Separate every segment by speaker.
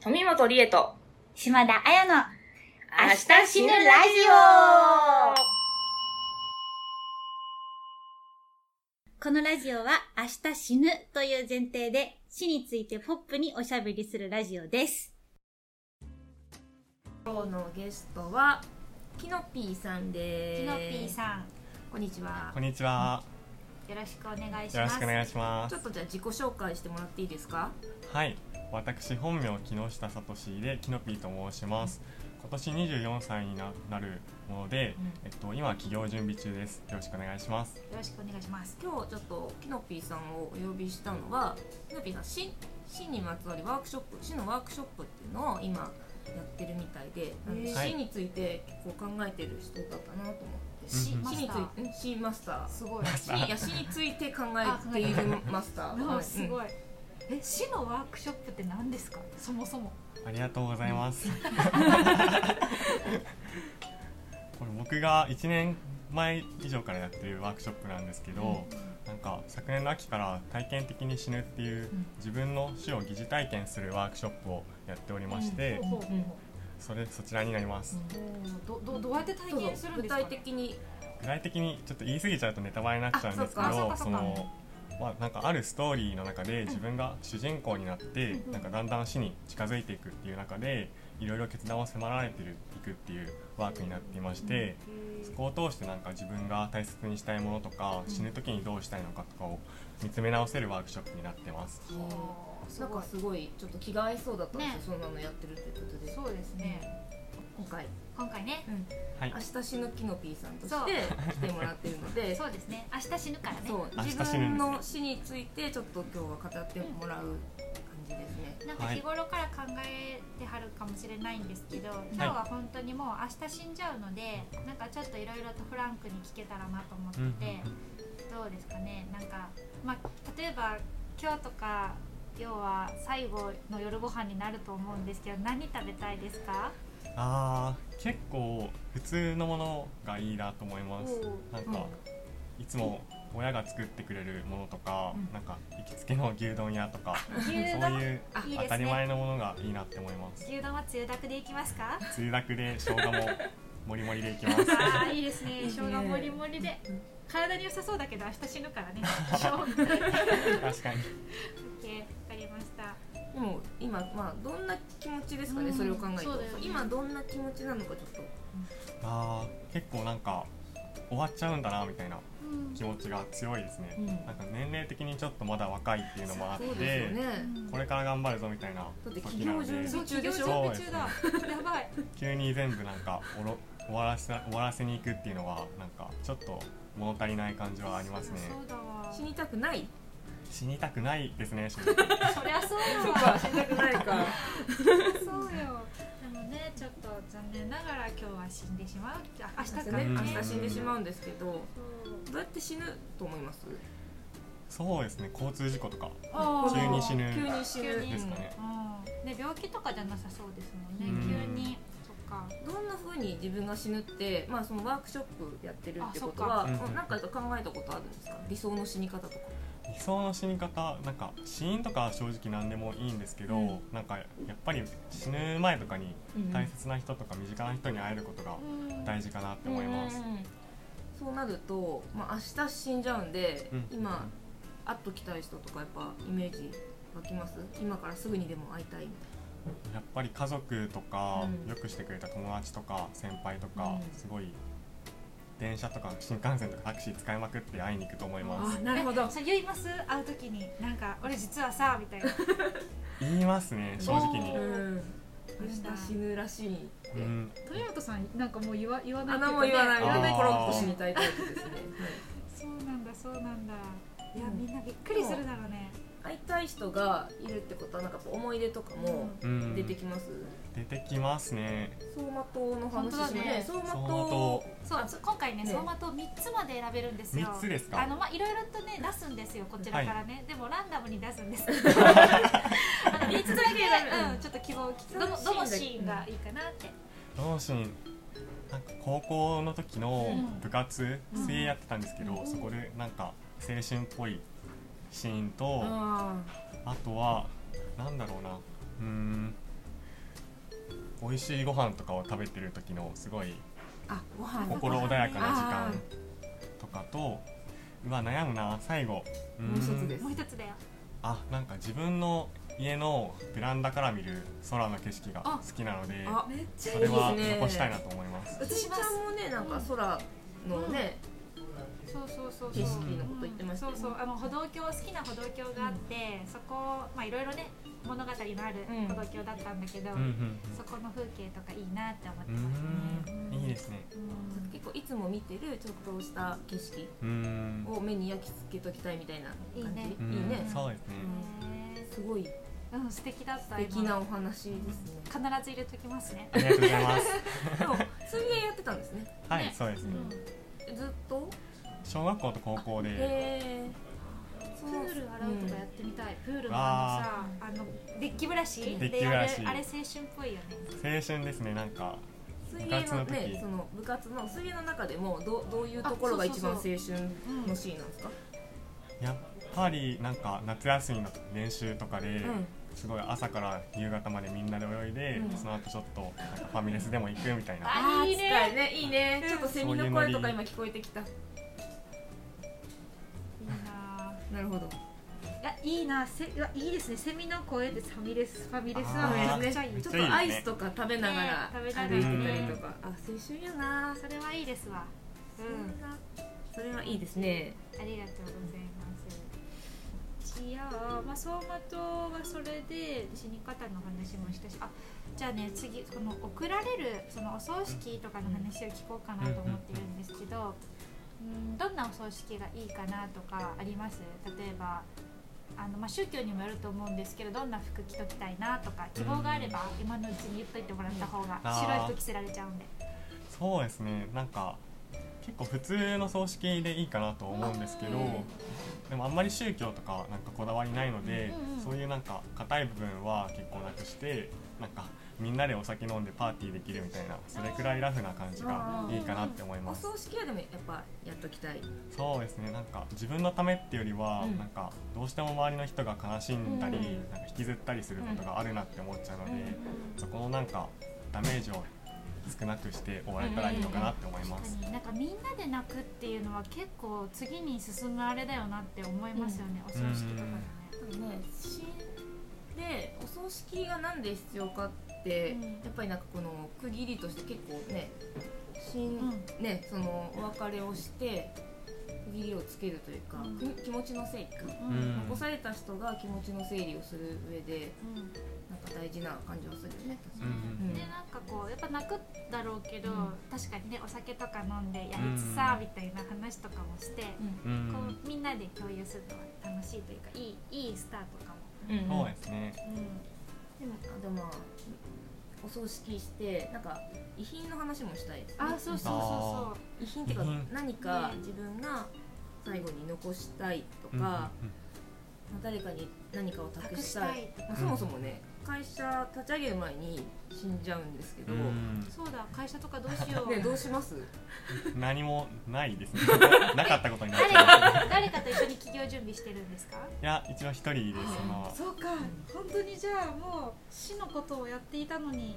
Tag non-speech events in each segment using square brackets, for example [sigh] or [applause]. Speaker 1: 富本理恵と
Speaker 2: 島田彩の
Speaker 1: 明日死ぬラジ
Speaker 2: このラジオは明日死ぬという前提で死についてポップにおしゃべりするラジオです。
Speaker 3: 今日のゲストはキノピーさんです
Speaker 4: キノピーさん、
Speaker 3: こんにちは
Speaker 5: こんにちは。
Speaker 4: よろしくお願いし
Speaker 5: よろ
Speaker 4: ま
Speaker 5: し
Speaker 4: す。
Speaker 5: くお願いしま
Speaker 3: ち
Speaker 5: す
Speaker 3: ょっ。とじゃあ自己紹介してもらっていいですか
Speaker 5: はい、私本名木下聡でキノピーと申します。今年24歳にななるもので、えっと今起業準備中です。よろしくお願いします。
Speaker 4: よろしくお願いします。
Speaker 3: 今日ちょっとキノピーさんをお呼びしたのはキノピーさん死死にまつわるワークショップ死のワークショップっていうのを今やってるみたいでなんで
Speaker 5: はい
Speaker 3: 死について結構考えてる人だったなと思って
Speaker 4: シ
Speaker 5: うん
Speaker 4: マ
Speaker 3: 死
Speaker 4: ス
Speaker 3: に
Speaker 4: タ
Speaker 3: つい
Speaker 4: ー。
Speaker 3: てん死マスター
Speaker 4: すごい。
Speaker 3: 死いや死について考えているマスター
Speaker 4: も
Speaker 3: は
Speaker 4: う
Speaker 3: い
Speaker 4: すごい。え、死のワークショップって何ですか？そもそも。
Speaker 5: ありがとうございます。 [laughs] これ僕が1年前以上からやってるワークショップなんですけど、なんか昨年の秋から体験的に死ぬっていう自分の死を疑似体験するワークショップをやっておりまして、
Speaker 4: ほうほうほ
Speaker 5: それそちらになります。
Speaker 4: うおーどどどうやって体
Speaker 3: うん
Speaker 4: 験するん
Speaker 3: 具
Speaker 4: ですか、
Speaker 3: 体
Speaker 4: ね？
Speaker 3: 的に
Speaker 5: 具体的にちょっと言い過ぎちゃうとネタバレになっちゃうんですけ
Speaker 3: あ
Speaker 5: ど
Speaker 3: そう
Speaker 5: そ
Speaker 3: かそうかそうか
Speaker 5: の、まあ、なんかあるストーリーの中で自分が主人公になって、なんかだんだん死に近づいていくっていう中でいろいろ決断を迫られてるいくっていうワークになっていまして、そこを通してなんか自分が大切にしたいものとか、死ぬ時にどうしたいのかとかを見つめ直せるワークショップになってます。
Speaker 4: おーす
Speaker 3: なん
Speaker 4: ご
Speaker 3: か
Speaker 4: い。
Speaker 3: すごいちょっと気が合いそうだったんですよ、そんなのやってるってことで
Speaker 4: そうですね。
Speaker 3: 今回
Speaker 4: 今回ね、
Speaker 5: はい
Speaker 3: 明、日死ぬキノピーさんと
Speaker 4: そ
Speaker 3: し
Speaker 4: う
Speaker 3: て来てもらってるので
Speaker 4: そうですね。明日死ぬからね。
Speaker 3: そう
Speaker 5: 明日
Speaker 3: 自
Speaker 5: 死ぬんですね
Speaker 3: 分の死についてちょっと今日は語ってもらう感じですね、
Speaker 4: なんか
Speaker 5: はい
Speaker 4: 日頃から考えてはるかもしれないんですけど、今日は本当にもう明日死んじゃうのでなんかちょっといろいろとフランクに聞けたらなと思ってて、
Speaker 5: うんうん
Speaker 4: どうですかねなんか、まあ、例えば今日とか要は最後の夜ご飯になると思うんですけど何食べたいですか
Speaker 5: あー結構普通のものがいいなと思いますなんか、いつも親が作ってくれるものとか、
Speaker 3: うん
Speaker 5: なんか行きつけの牛丼屋とか、
Speaker 4: 牛
Speaker 5: そう
Speaker 4: 丼
Speaker 5: いう
Speaker 3: あ
Speaker 4: いい
Speaker 5: 当
Speaker 4: です
Speaker 5: たり前
Speaker 4: ね
Speaker 5: のものがいいなって思い
Speaker 3: [laughs]
Speaker 5: ます
Speaker 4: 牛丼はつゆだくでいきますか
Speaker 5: つゆだくで生姜ももりもりでい
Speaker 3: [laughs]
Speaker 5: きます
Speaker 4: あーいいですね
Speaker 3: いいね
Speaker 4: 生姜もりもりで
Speaker 3: うん
Speaker 4: 体に良さそうだけど明日死ぬからね生姜 OK わ
Speaker 5: 確かに
Speaker 4: かりました
Speaker 3: でも今まあどんな気持ちですかね、
Speaker 4: うん
Speaker 3: それを考えて
Speaker 4: そうだよね
Speaker 3: 今どんな気持ちなのかちょっ
Speaker 5: あー結構なんか終わっちゃうんだなみたいな
Speaker 4: うん
Speaker 5: 気持ちが強いですね、
Speaker 3: うん
Speaker 5: なんか年齢的にちょっとまだ若いっていうのもあっ
Speaker 3: と
Speaker 5: て
Speaker 3: そうですよね、
Speaker 5: これから頑張るぞみたいな
Speaker 3: だって
Speaker 5: 時なので
Speaker 3: 企業準
Speaker 4: そ
Speaker 3: 備
Speaker 4: う
Speaker 3: 中
Speaker 4: 企
Speaker 3: で
Speaker 4: 業
Speaker 3: し
Speaker 4: 準
Speaker 3: ょ
Speaker 4: 備中だ。やばい。
Speaker 5: 急に全部なんかおろ終わらせ終わらせに行くっていうのはなんかちょっと物足りない感じはありますね
Speaker 4: そうだわ。
Speaker 3: 死にたく
Speaker 4: [laughs]
Speaker 3: ない
Speaker 5: 死にたくないですね正直
Speaker 4: そりゃそう
Speaker 3: と
Speaker 4: だ
Speaker 3: か
Speaker 4: わ。
Speaker 3: 死にたくないか
Speaker 4: そうよ。でもね、ちょっと残念ながら今日は死んでしまう。あ明日
Speaker 3: 明
Speaker 4: か
Speaker 3: 日
Speaker 4: ら
Speaker 3: ね
Speaker 4: ね。
Speaker 5: うん
Speaker 3: 明日死んでしまうんですけどど
Speaker 4: そう
Speaker 3: うやって死ぬと思います
Speaker 5: そうですね交通事故とか
Speaker 4: あー
Speaker 5: 急に死ぬ
Speaker 3: 急に死ぬ
Speaker 4: 急に
Speaker 5: ですかね
Speaker 4: うん。ね、病気とかじゃなさそうですもんね。
Speaker 5: うん
Speaker 4: 急に。そっか。
Speaker 3: どんな風に自分が死ぬって、まあ、そのワークショップやってるってことは
Speaker 5: あそっか
Speaker 3: うんなんか考えたことあるんですか理想の死に方とか
Speaker 5: 理想の死に方なんか死因とかは正直何でもいいんですけど、
Speaker 3: うん
Speaker 5: なんかやっぱり死ぬ前とかに
Speaker 3: うん
Speaker 5: 大切な人とか身近な人に会えることが
Speaker 4: うん。
Speaker 5: 大事かなって思います、
Speaker 3: うんうんうんそうなると、まあ、明日死んじゃうんで、
Speaker 5: うん
Speaker 3: 今会っときたい人とかやっぱイメージ湧きます今からすぐにでも会いたいみ
Speaker 5: やっぱり家族とか、
Speaker 3: うん
Speaker 5: よくしてくれた友達とか先輩とか、
Speaker 3: うん
Speaker 5: すごい電車とか新幹線とかタクシー使いまくって会いに行くと思います、
Speaker 3: なるほど
Speaker 4: えそれ言います会うときになんか俺実はさ
Speaker 2: [laughs]
Speaker 4: みたいな
Speaker 5: 言いますね正直に
Speaker 3: たいな、
Speaker 4: う
Speaker 3: 明日死ぬらしいって、
Speaker 5: うん、
Speaker 2: 富本さんなんかもう言わ言わない
Speaker 3: 穴も言わない
Speaker 5: あー
Speaker 3: 穴でコロッと死にたいタイプですね、 [laughs] はい
Speaker 4: そうなんだそうなんだいや
Speaker 3: うん
Speaker 4: みんなびっくりするだろうね
Speaker 3: 会いたい人がいるってことはなんかやっぱ思い出とかも
Speaker 5: うん
Speaker 3: 出てきます、
Speaker 5: 出てきますね
Speaker 3: 走馬灯の話しま
Speaker 4: 本
Speaker 3: す走馬
Speaker 5: 相
Speaker 3: 灯
Speaker 5: 当
Speaker 4: そうそう今回ね
Speaker 3: ね
Speaker 4: 走馬灯三つまで選べるんですよ。
Speaker 5: 三つですか
Speaker 4: あのまあいろいろとね出すんですよこちらからね、でもランダムに出す
Speaker 5: [laughs]
Speaker 4: んです。あの三つだけうんちょっと希望を聞きどのどのシーンがいいかなって。
Speaker 5: 両親なんか高校の時の部活、
Speaker 4: うん
Speaker 5: 水泳やってたんですけど、そこでなんか青春っぽいシーンと、
Speaker 3: あ
Speaker 5: あとはなんだろうなうーん美味しいご飯とかを食べてる時のすごい
Speaker 3: あご飯
Speaker 5: 心穏やかな時
Speaker 3: あ
Speaker 5: 間とかとうわ悩むな最後うーん
Speaker 6: もう一つです
Speaker 4: もう一つだよ
Speaker 5: あなんか自分の家のベランダから見る空の景色が好きなので
Speaker 3: あ
Speaker 6: めっちゃい
Speaker 5: そ
Speaker 6: い
Speaker 5: れ
Speaker 6: で
Speaker 5: は
Speaker 6: す
Speaker 5: 残したい
Speaker 6: ね
Speaker 5: なと思います
Speaker 3: うちちゃんもねなんか空のね、
Speaker 4: そうそうそうそう
Speaker 3: 景色のこと言ってましたよ
Speaker 4: そうそうあの歩道橋好きな歩道橋があって、そこまあいろいろね物語のある
Speaker 3: うん
Speaker 4: 歩道橋だったんだけど、
Speaker 5: うんうん
Speaker 4: そこの風景とかいいなって思って
Speaker 5: う
Speaker 4: ますね
Speaker 5: んうーんいいですね
Speaker 4: うん
Speaker 3: 結構いつも見てるちょっとした景色
Speaker 5: うーん
Speaker 3: を目に焼き付けときたいみたいな感じ
Speaker 4: いいね
Speaker 5: う
Speaker 3: いい
Speaker 5: ん
Speaker 3: ね
Speaker 5: そうですね
Speaker 4: ね
Speaker 3: すごい
Speaker 4: うん素敵だった
Speaker 3: 素敵なお話ですね
Speaker 4: 今必ず入れときますね
Speaker 5: ありがとうございます
Speaker 3: でも水泳やってたんですね
Speaker 5: はい
Speaker 4: ね
Speaker 5: そうですね
Speaker 3: ずっと
Speaker 5: 小学校と高校で
Speaker 3: へえ
Speaker 4: プール洗うとかやってみたい、プールの
Speaker 5: わ
Speaker 4: あのさあのデッキブラシ
Speaker 5: デッキブ
Speaker 4: であ
Speaker 5: ラ
Speaker 4: れ
Speaker 5: シ
Speaker 4: あれ青春っぽいよね
Speaker 5: 青春ですねなんか
Speaker 3: 水
Speaker 5: 部
Speaker 3: 泳
Speaker 5: 活
Speaker 3: の
Speaker 5: の時
Speaker 3: ねその部活の水泳の中でもどどういうところが一番青春のシーンなんですか
Speaker 5: やっぱりなんか夏休みの練習とかで
Speaker 3: ん
Speaker 5: すごい朝から夕方までみんなで泳いで
Speaker 3: うん
Speaker 5: その後ちょっとなんかファミレスでも行くみたいな
Speaker 4: あ
Speaker 3: あー
Speaker 4: いいね
Speaker 3: 近いねいいねちょっとセミの声とか今聞こえてきた
Speaker 4: いいな
Speaker 3: なるほど
Speaker 6: いやいいなせうわいいですねセミの声でファミレスファミレス
Speaker 5: あ
Speaker 6: は
Speaker 5: ー
Speaker 6: め
Speaker 3: ね
Speaker 6: ちゃくちゃいい
Speaker 5: めっ
Speaker 3: ち
Speaker 5: ち
Speaker 3: ょ
Speaker 5: ゃ
Speaker 3: っ
Speaker 5: いいで
Speaker 3: と
Speaker 5: すね
Speaker 3: アイスとか食べながら歩
Speaker 4: ね
Speaker 3: いて
Speaker 4: 食
Speaker 3: た
Speaker 4: べな
Speaker 3: り
Speaker 4: が
Speaker 5: ら
Speaker 3: とかあ青春やな
Speaker 4: それはいいですわうん
Speaker 3: それはいいですね
Speaker 4: ありがとうございますいやーまあ相馬灯はそれで死に方の話もしたしあじゃあね次この送られるそのお葬式とかの話を聞こうかなと思ってるんですけどうんどんなお葬式がいいかなとかあります例えばあのまあ宗教にもよると思うんですけどどんな服着ときたいなとか希望があれば今のうちに言っといてもらった方が
Speaker 5: うんあー
Speaker 4: 白い服着せられちゃうんで。
Speaker 5: そうですねなんか結構普通の葬式でいいかなと思うんですけどでもあんまり宗教とかなんかこだわりないので
Speaker 4: うんうん
Speaker 5: そういうなんか硬い部分は結構なくしてなんかみんなでお酒飲んでパーティーできるみたいなそれくらいラフな感じがいいかなって思い
Speaker 3: お
Speaker 5: ます
Speaker 3: 葬式はでもやっぱやっときたい
Speaker 5: そうですねなんか自分のためっていうよりは、
Speaker 3: うん
Speaker 5: なんかどうしても周りの人が悲しんだり、
Speaker 3: うん
Speaker 5: なんか引きずったりすることがあるなって思っちゃうので、
Speaker 3: うん
Speaker 5: そこのなんかダメージを少なくして終われたらいいのかなって思いま
Speaker 4: 確
Speaker 5: す、
Speaker 4: かになんかみんなで泣くっていうのは結構次に進むあれだよなって思いますよね、お葬式とかでね、
Speaker 3: ね死んでお葬式がなんで必要かって、
Speaker 4: うん
Speaker 3: やっぱりなんかこの区切りとして結構ね死ん、
Speaker 4: う
Speaker 3: ねそのお別れをして区切りをつけるというか、
Speaker 4: うん
Speaker 3: く気持ちの整理か、
Speaker 4: うん
Speaker 5: うん
Speaker 3: 残された人が気持ちの整理をする上で
Speaker 4: うん
Speaker 3: なんか大事な感じはするよね確か
Speaker 5: うんうん
Speaker 3: うん
Speaker 4: でなんかこうやっぱ泣くだろうけど、
Speaker 3: うん
Speaker 4: 確かにねお酒とか飲んでやりつさみたいな話とかもして、
Speaker 5: う
Speaker 4: こ
Speaker 5: ん、
Speaker 4: うみんなで共有するのは楽しいというかいいいいスタートかも、
Speaker 3: に、うん
Speaker 5: そうですね
Speaker 3: でもあでもまあお葬式してなんか遺品の話もしたいですね
Speaker 4: あそうそうそうそ
Speaker 5: あ
Speaker 4: う
Speaker 3: 遺品っていうか
Speaker 5: 遺品
Speaker 3: 何か
Speaker 4: ね
Speaker 3: 自分が最後に残したいとか、まあ
Speaker 5: うんうん
Speaker 3: 誰かに何かを託
Speaker 4: 隠し
Speaker 3: したい
Speaker 4: たいとか
Speaker 3: まあ、そもそもね会社立ち上げる前に死んじゃうんですけど、
Speaker 5: うん
Speaker 4: そうだ会社とかどうしよ
Speaker 3: [laughs]
Speaker 4: う、
Speaker 3: ねどうします
Speaker 5: 何もないですねなかったことになっ
Speaker 4: 誰
Speaker 5: ちゃう
Speaker 4: か誰かと一緒に起業準備してるんですか
Speaker 5: いや一応一人です今は
Speaker 4: そうか、本当にじゃあもう死のことをやっていたのに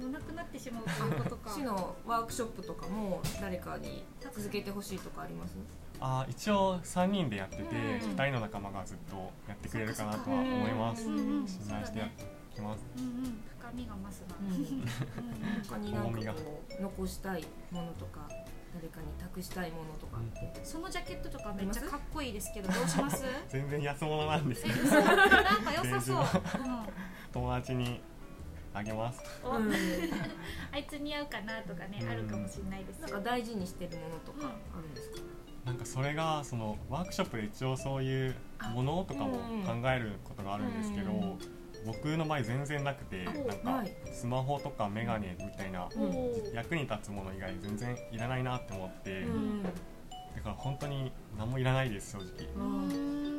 Speaker 4: もうなくなってしまうという
Speaker 3: [laughs]
Speaker 4: ことか
Speaker 3: 市のワークショップとかも誰かに続けてほしいとかあります
Speaker 5: あ一応3人でやってて、
Speaker 3: うんうん
Speaker 5: 2人の仲間がずっとやってくれるかなとは思います
Speaker 4: うんうん
Speaker 5: 信頼してやっていきます
Speaker 4: うんうん高みが増すな、
Speaker 3: うん
Speaker 4: うん
Speaker 3: 他になんかこう残したいものとか誰かに託したいものとかって、
Speaker 4: そのジャケットとかめっちゃかっこいいですけどどうします
Speaker 3: [laughs]
Speaker 5: 全然安物なんです
Speaker 4: え
Speaker 5: けど
Speaker 4: 嘘なんか良さそう、
Speaker 5: 友達にあげます
Speaker 4: うん
Speaker 3: うん
Speaker 4: あいつ似合うかなとかね、
Speaker 5: うん
Speaker 4: あるかもしれないです
Speaker 3: なん
Speaker 4: よ
Speaker 3: か大事にしてるものとかあるんですか、
Speaker 5: なんかそれがそのワークショップで一応そういうものとかも考えることがあるんですけど、
Speaker 3: うん
Speaker 5: 僕の場合全然なくて
Speaker 3: お
Speaker 5: なん
Speaker 3: は
Speaker 5: か
Speaker 3: い
Speaker 5: スマホとかメガネみたいな
Speaker 3: うん
Speaker 5: 役に立つもの以外全然いらないなって思って、
Speaker 3: うん
Speaker 5: だから本当に何もいらないです正直
Speaker 3: で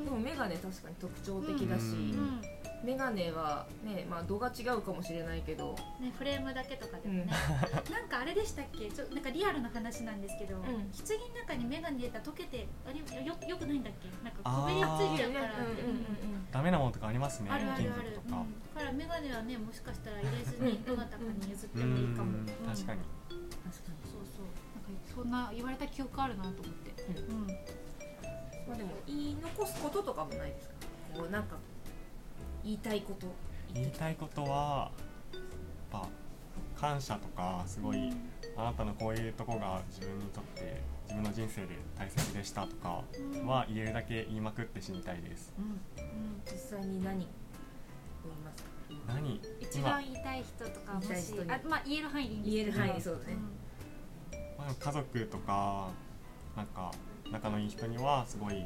Speaker 3: も眼鏡確かに特徴的だし、
Speaker 5: うん
Speaker 3: メガネはね、まあ、度が違うかもしれないけど、
Speaker 4: ね、フレームだけとかでもね、 [laughs] なんかあれでしたっけちょなんかリアルな話なんですけど、
Speaker 3: ん
Speaker 4: 棺の中に眼鏡入れたら溶けてあれよよくないんだっけなんか
Speaker 5: あ
Speaker 4: こ
Speaker 5: ー
Speaker 4: びりつい
Speaker 3: うん
Speaker 4: ち
Speaker 3: う
Speaker 4: ゃ
Speaker 3: ん
Speaker 4: うからって
Speaker 5: ダメなものとかありますね
Speaker 4: あるある
Speaker 5: 金
Speaker 4: あ
Speaker 5: 属
Speaker 4: る、
Speaker 5: と
Speaker 4: うん、だ
Speaker 5: か
Speaker 4: から眼鏡はねもしかしたら入れず
Speaker 3: う
Speaker 4: に
Speaker 3: ん
Speaker 4: どなたかに譲って
Speaker 5: う
Speaker 4: もいいかも、
Speaker 5: ん確かに
Speaker 4: そうそうなんかそんな言われた記憶あるなと思って、うん
Speaker 3: まあ、でも言い残すこととかもないですかこうなんか言いたいこと
Speaker 5: 言いたいことはやっぱ感謝とかすごいあなたのこういうとこが自分にとって自分の人生で大切でしたとかは言えるだけ言いまくって死にたいです
Speaker 3: 実際に何を言いますか
Speaker 5: 何
Speaker 4: 一
Speaker 5: 今
Speaker 4: 番言いたい人とかもし
Speaker 3: 言いたい人に
Speaker 4: あ、まあ、言える範囲でいいんです
Speaker 3: 言える範囲でそうだ
Speaker 4: け
Speaker 3: ね
Speaker 4: ど、
Speaker 5: まあ家族とかなんか仲のいい人にはすごい支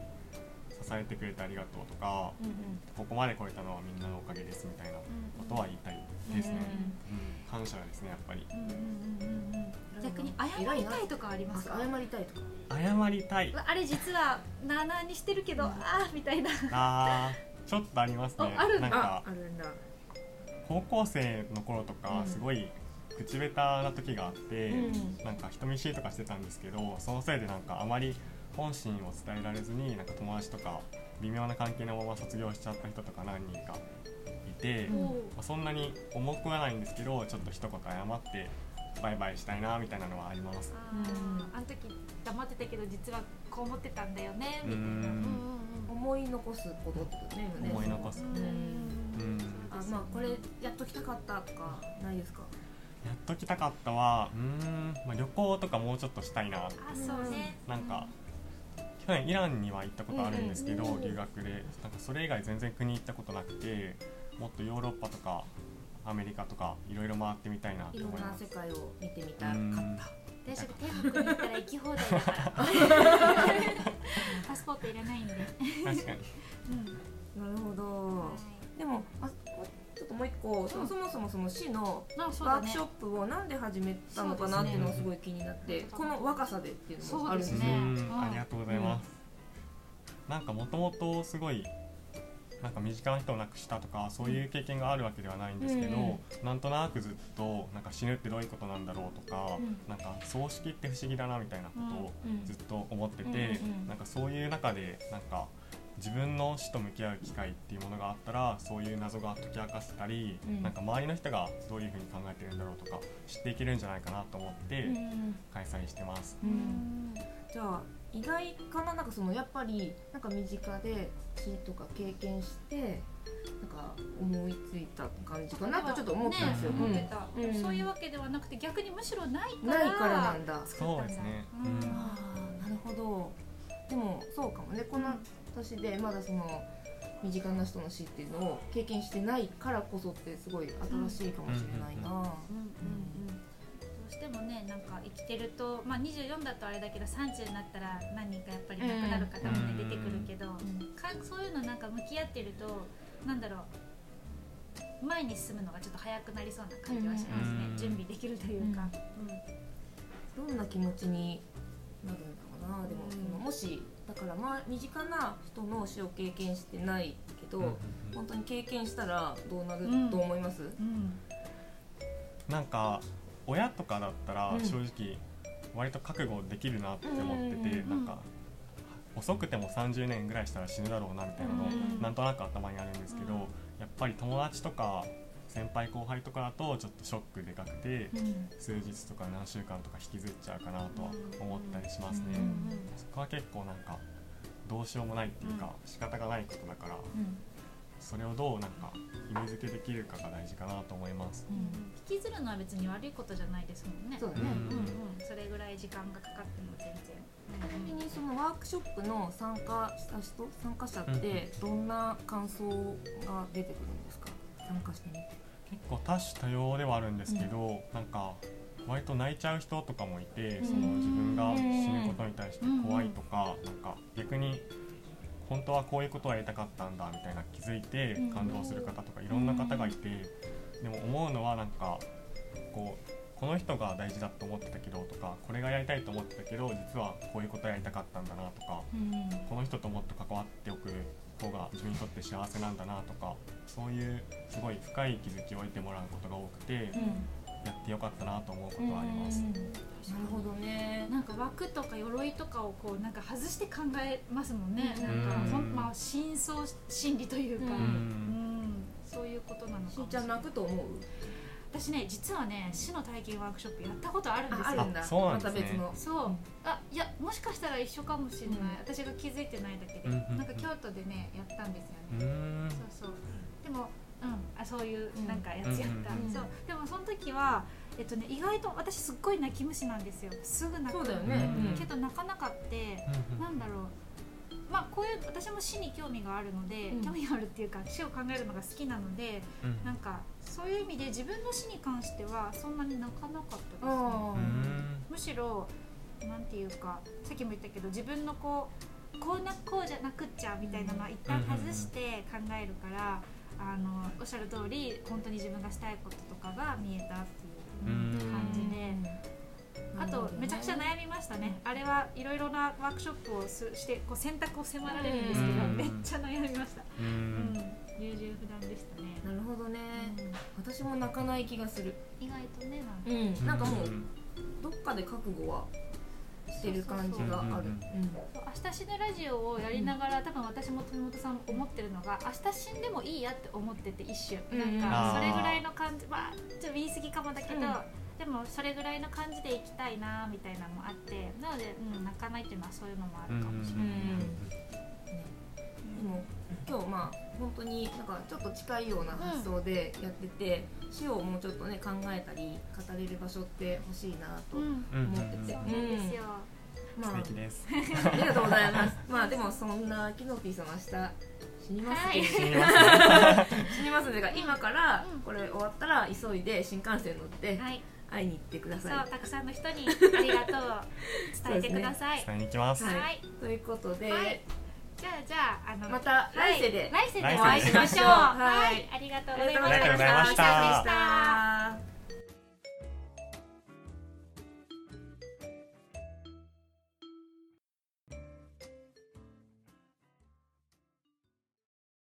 Speaker 5: えてくれてありがとうとか
Speaker 3: うん
Speaker 5: ここまで来れたのはみんなのおかげですみたいなことは言いたいですね、うん感謝ですねやっぱり
Speaker 4: うんうんうんうんうん
Speaker 3: うん
Speaker 4: 逆に謝りたいとかありますか
Speaker 3: あ謝りたいとか
Speaker 5: 謝りたいう
Speaker 4: わあれ実はなあなあにしてるけど、ああみたいな
Speaker 5: あーちょっとありますね
Speaker 4: ああるん
Speaker 5: な
Speaker 4: だ
Speaker 5: んか
Speaker 3: あるんだ
Speaker 5: 高校生の頃とか
Speaker 3: うん
Speaker 5: すごい口下手な時があって、
Speaker 3: うん
Speaker 5: なんか人見知りとかしてたんですけどそのせいでなんかあまり本心を伝えられずになんか友達とか微妙な関係のまま卒業しちゃった人とか何人かいて、
Speaker 3: うん
Speaker 5: まあそんなに重くはないんですけどちょっと一言謝ってバイバイしたいなみたいなのはあります。
Speaker 4: あーあの時黙ってたけど実はこう思ってたんだよね
Speaker 5: う
Speaker 4: みたいなうん
Speaker 5: ん
Speaker 3: 思い残すことってことね
Speaker 5: 思い残す
Speaker 3: う
Speaker 4: うん
Speaker 3: ん
Speaker 5: うん
Speaker 3: あまあこれやっときたかったとかないですか
Speaker 5: やっときたかったはうーん、まあ、旅行とかもうちょっとしたいな
Speaker 4: あそうね
Speaker 5: なんか去年イランには行ったことあるんですけど、
Speaker 3: うんうん
Speaker 5: 留学でなんかそれ以外全然国行ったことなくてもっとヨーロッパとかアメリカとかいろいろ回ってみたいなと
Speaker 3: いろん
Speaker 5: 思い
Speaker 3: な
Speaker 5: ます
Speaker 3: 世界を見てみたかっ
Speaker 5: うん
Speaker 3: た
Speaker 4: 大丈夫天国に行ったら行き放題だから
Speaker 5: [laughs]
Speaker 4: パスポートいらないんで、
Speaker 5: 確かに
Speaker 4: うん
Speaker 3: なるほどでもあもうちょっともう一個そもそもそもそも市の
Speaker 4: なんかそう
Speaker 3: ワ
Speaker 4: だ
Speaker 3: ーク
Speaker 4: ね
Speaker 3: ショップをなんで始めたのかなっていうのがすごい気になって、
Speaker 4: そうですね
Speaker 3: この若さでっていうのもあるんです
Speaker 4: そう
Speaker 3: よ
Speaker 4: ですね
Speaker 5: うん
Speaker 4: うん
Speaker 5: ありがとうございます、なんかもともとすごいなんか身近な人を亡くしたとかそういう経験があるわけではないんですけど、なんとなくずっとなんか死ぬってどういうことなんだろうとか、
Speaker 3: うん
Speaker 5: なんか葬式って不思議だなみたいなことを
Speaker 3: うん
Speaker 5: ずっと思ってて、
Speaker 3: うんうんうん
Speaker 5: なんかそういう中でなんか自分の死と向き合う機会っていうものがあったらそういう謎が解き明かせたり、
Speaker 3: うん
Speaker 5: なんか周りの人がどういうふうに考えてるんだろうとか知っていけるんじゃないかなと思って開催してます。
Speaker 3: うんじゃあ意外かななんかそのやっぱりなんか身近で死とか経験してなんか思いついた感じかなとちょっと思ったんですよ、
Speaker 4: ね思ってた
Speaker 3: うんうん
Speaker 4: そういうわけではなくて逆にむしろない
Speaker 3: うん
Speaker 4: か
Speaker 3: な
Speaker 4: ら
Speaker 3: いからなんだ
Speaker 5: そうですね、
Speaker 4: う
Speaker 5: うん
Speaker 4: ん
Speaker 3: あーなるほどでもそうかもねこの年でまだその身近な人の死っていうのを経験してないからこそってすごい新しいかもしれないな、
Speaker 4: うんうんうんどうしてもねなんか生きてると、まあ、24だとあれだけど30になったら何人かやっぱり亡くなる方もね
Speaker 5: うん
Speaker 4: 出てくるけど、
Speaker 3: ん
Speaker 4: かそういうのなんか向き合ってるとなんだろう前に進むのがちょっと早くなりそうな感じはしますね、
Speaker 5: うん
Speaker 4: 準備できるというか、
Speaker 3: どんな気持ちになるのかなでもそのもしだからまあ身近な人の死を経験してないけど、本当に経験したらどうなると思います、
Speaker 5: なんか親とかだったら
Speaker 3: うん
Speaker 5: 正直割と覚悟できるなって思ってて、
Speaker 3: うん
Speaker 5: なんか遅くても30年ぐらいしたら死ぬだろうなみたいなのを
Speaker 4: うん
Speaker 5: なんとなく頭にあるんですけど、
Speaker 4: うん
Speaker 5: やっぱり友達とか先輩後輩とかだとちょっとショックでかくて、数日とか何週間とか引きずっちゃうかなとは思ったりしますね、
Speaker 3: うん
Speaker 5: そこは結構なんかどうしようもないっていうか仕方がないことだからそれをどうなんか意味付けできるかが大事かなと思います。
Speaker 4: 引きずるのは別に悪いことじゃないですもんね
Speaker 3: そうだね、
Speaker 5: うん
Speaker 4: うんうんそれぐらい時間がかかっても全
Speaker 3: ちなみ
Speaker 4: 然、
Speaker 3: にそのワークショップの参加した人参加者ってどんな感想が出てくるんですか参加してみて
Speaker 5: 結構多種多様ではあるんですけど、なんか割と泣いちゃう人とかもいてその自分が死ぬことに対して怖いとか、なんか逆に本当はこういうことをやりたかったんだみたいな気づいて感動する方とかいろんな方がいて、でも思うのはなんかこうこの人が大事だと思ってたけどとかこれがやりたいと思ってたけど実はこういうことやりたかったんだなとか
Speaker 2: うん
Speaker 5: この人ともっと関わっておく方が自分にとって幸せなんだなとかそういうすごい深い気づきを得てもらうことが多くて、やってよかったなと思うことはあります。
Speaker 3: なるほどね
Speaker 4: なんか枠とか鎧とかをこうなんか外して考えますもんね、
Speaker 3: うん
Speaker 4: なんかほ
Speaker 5: うん
Speaker 4: ん、まあ、真相心理というか、
Speaker 3: う
Speaker 4: うんん
Speaker 3: う
Speaker 4: そういうことなのかもし
Speaker 3: し
Speaker 4: れ
Speaker 3: んちゃん
Speaker 4: ない
Speaker 3: 泣くと思う
Speaker 4: 私ね実はね市の体験ワークショップやったことあるんです
Speaker 3: あ
Speaker 4: よ
Speaker 3: あるんだ
Speaker 5: あそう
Speaker 3: ま
Speaker 5: なんです
Speaker 3: た
Speaker 5: ね
Speaker 3: 別の
Speaker 4: そうあいやもしかしたら一緒かもしれない、
Speaker 3: うん
Speaker 4: 私が気づいてないだけで、
Speaker 5: うんうんうん
Speaker 4: なんか京都でねやったんですよね、
Speaker 5: うーん
Speaker 4: そうそうでも、うん、あそういう
Speaker 3: うん
Speaker 4: なんかやつやった、
Speaker 5: うん
Speaker 3: うんうん
Speaker 4: そうでもその時は、えっとね、意外と私すっごい泣き虫なんですよすぐ泣く
Speaker 3: そうだよね
Speaker 5: うん
Speaker 4: けど泣かなかってなんだろうまあこういう私も死に興味があるので、
Speaker 3: うん
Speaker 4: 興味があるっていうか死を考えるのが好きなので
Speaker 5: うん
Speaker 4: なんかそういう意味で自分の死に関してはそんなに泣かなかったですね。
Speaker 3: あ
Speaker 5: うーん
Speaker 4: むしろなんていうかさっきも言ったけど自分のこうこうなこうじゃなくっちゃみたいなのは一旦外して考えるから、あのおっしゃる通り本当に自分がしたいこととかが見えたっていうう、
Speaker 5: ん
Speaker 4: 感じで
Speaker 3: うん
Speaker 4: あとめちゃくちゃ
Speaker 3: なる
Speaker 4: 悩みましたねあれはいろいろなワークショップをすしてこう選択を迫られるんですけど、
Speaker 5: うん
Speaker 4: めっちゃ悩みました、
Speaker 5: うー
Speaker 4: うん
Speaker 5: ん
Speaker 4: 優柔不断でしたね、
Speaker 3: ほどね
Speaker 4: うん
Speaker 3: 私も泣かない気がする
Speaker 4: 意外とねなんか
Speaker 3: うんなんかもう
Speaker 5: うん
Speaker 3: どっかで覚悟はしてる感じがある
Speaker 4: 明日死ぬラジオをやりながら多分私も富本さんも思ってるのが明日死んでもいいやって思ってて一瞬、
Speaker 3: うん
Speaker 4: なん
Speaker 5: あ
Speaker 4: か
Speaker 5: ー
Speaker 4: それぐらいの感じまあちょっと言い過ぎかもだけど、
Speaker 3: うん
Speaker 4: でもそれぐらいの感じで行きたいなみたいなのもあってなので、うん、泣かないっていうのはそういうのもあるかもしれない、
Speaker 3: でも今日まあ本当になんかちょっと近いような発想でやってて、死をもうちょっとね考えたり語れる場所って欲しいなと、
Speaker 4: うん
Speaker 5: うん
Speaker 3: 思ってて
Speaker 4: そうなんですよ、
Speaker 3: ま
Speaker 5: 素敵
Speaker 3: あ
Speaker 5: です。
Speaker 3: ありがとうございますまあでもそんなキノピーさんは明日死にますけど、
Speaker 5: 死にますね
Speaker 3: 死にますので今から
Speaker 4: うん
Speaker 3: これ終わったら急いで新幹線乗って
Speaker 4: はい
Speaker 3: 会いに行ってくだ
Speaker 4: そ
Speaker 3: さい、
Speaker 4: うたくさんの人にありがとうを伝えてください、
Speaker 5: 伝えに行きます。
Speaker 3: ね
Speaker 4: はい、
Speaker 3: ということで、
Speaker 4: はいじゃあじゃああの
Speaker 3: また来世で、
Speaker 4: はい来世でお会いしまし
Speaker 3: 来世
Speaker 4: ょう
Speaker 3: で
Speaker 4: はい、ありがとうございま
Speaker 5: あり
Speaker 4: した
Speaker 5: がとうございました
Speaker 4: お疲れ様でした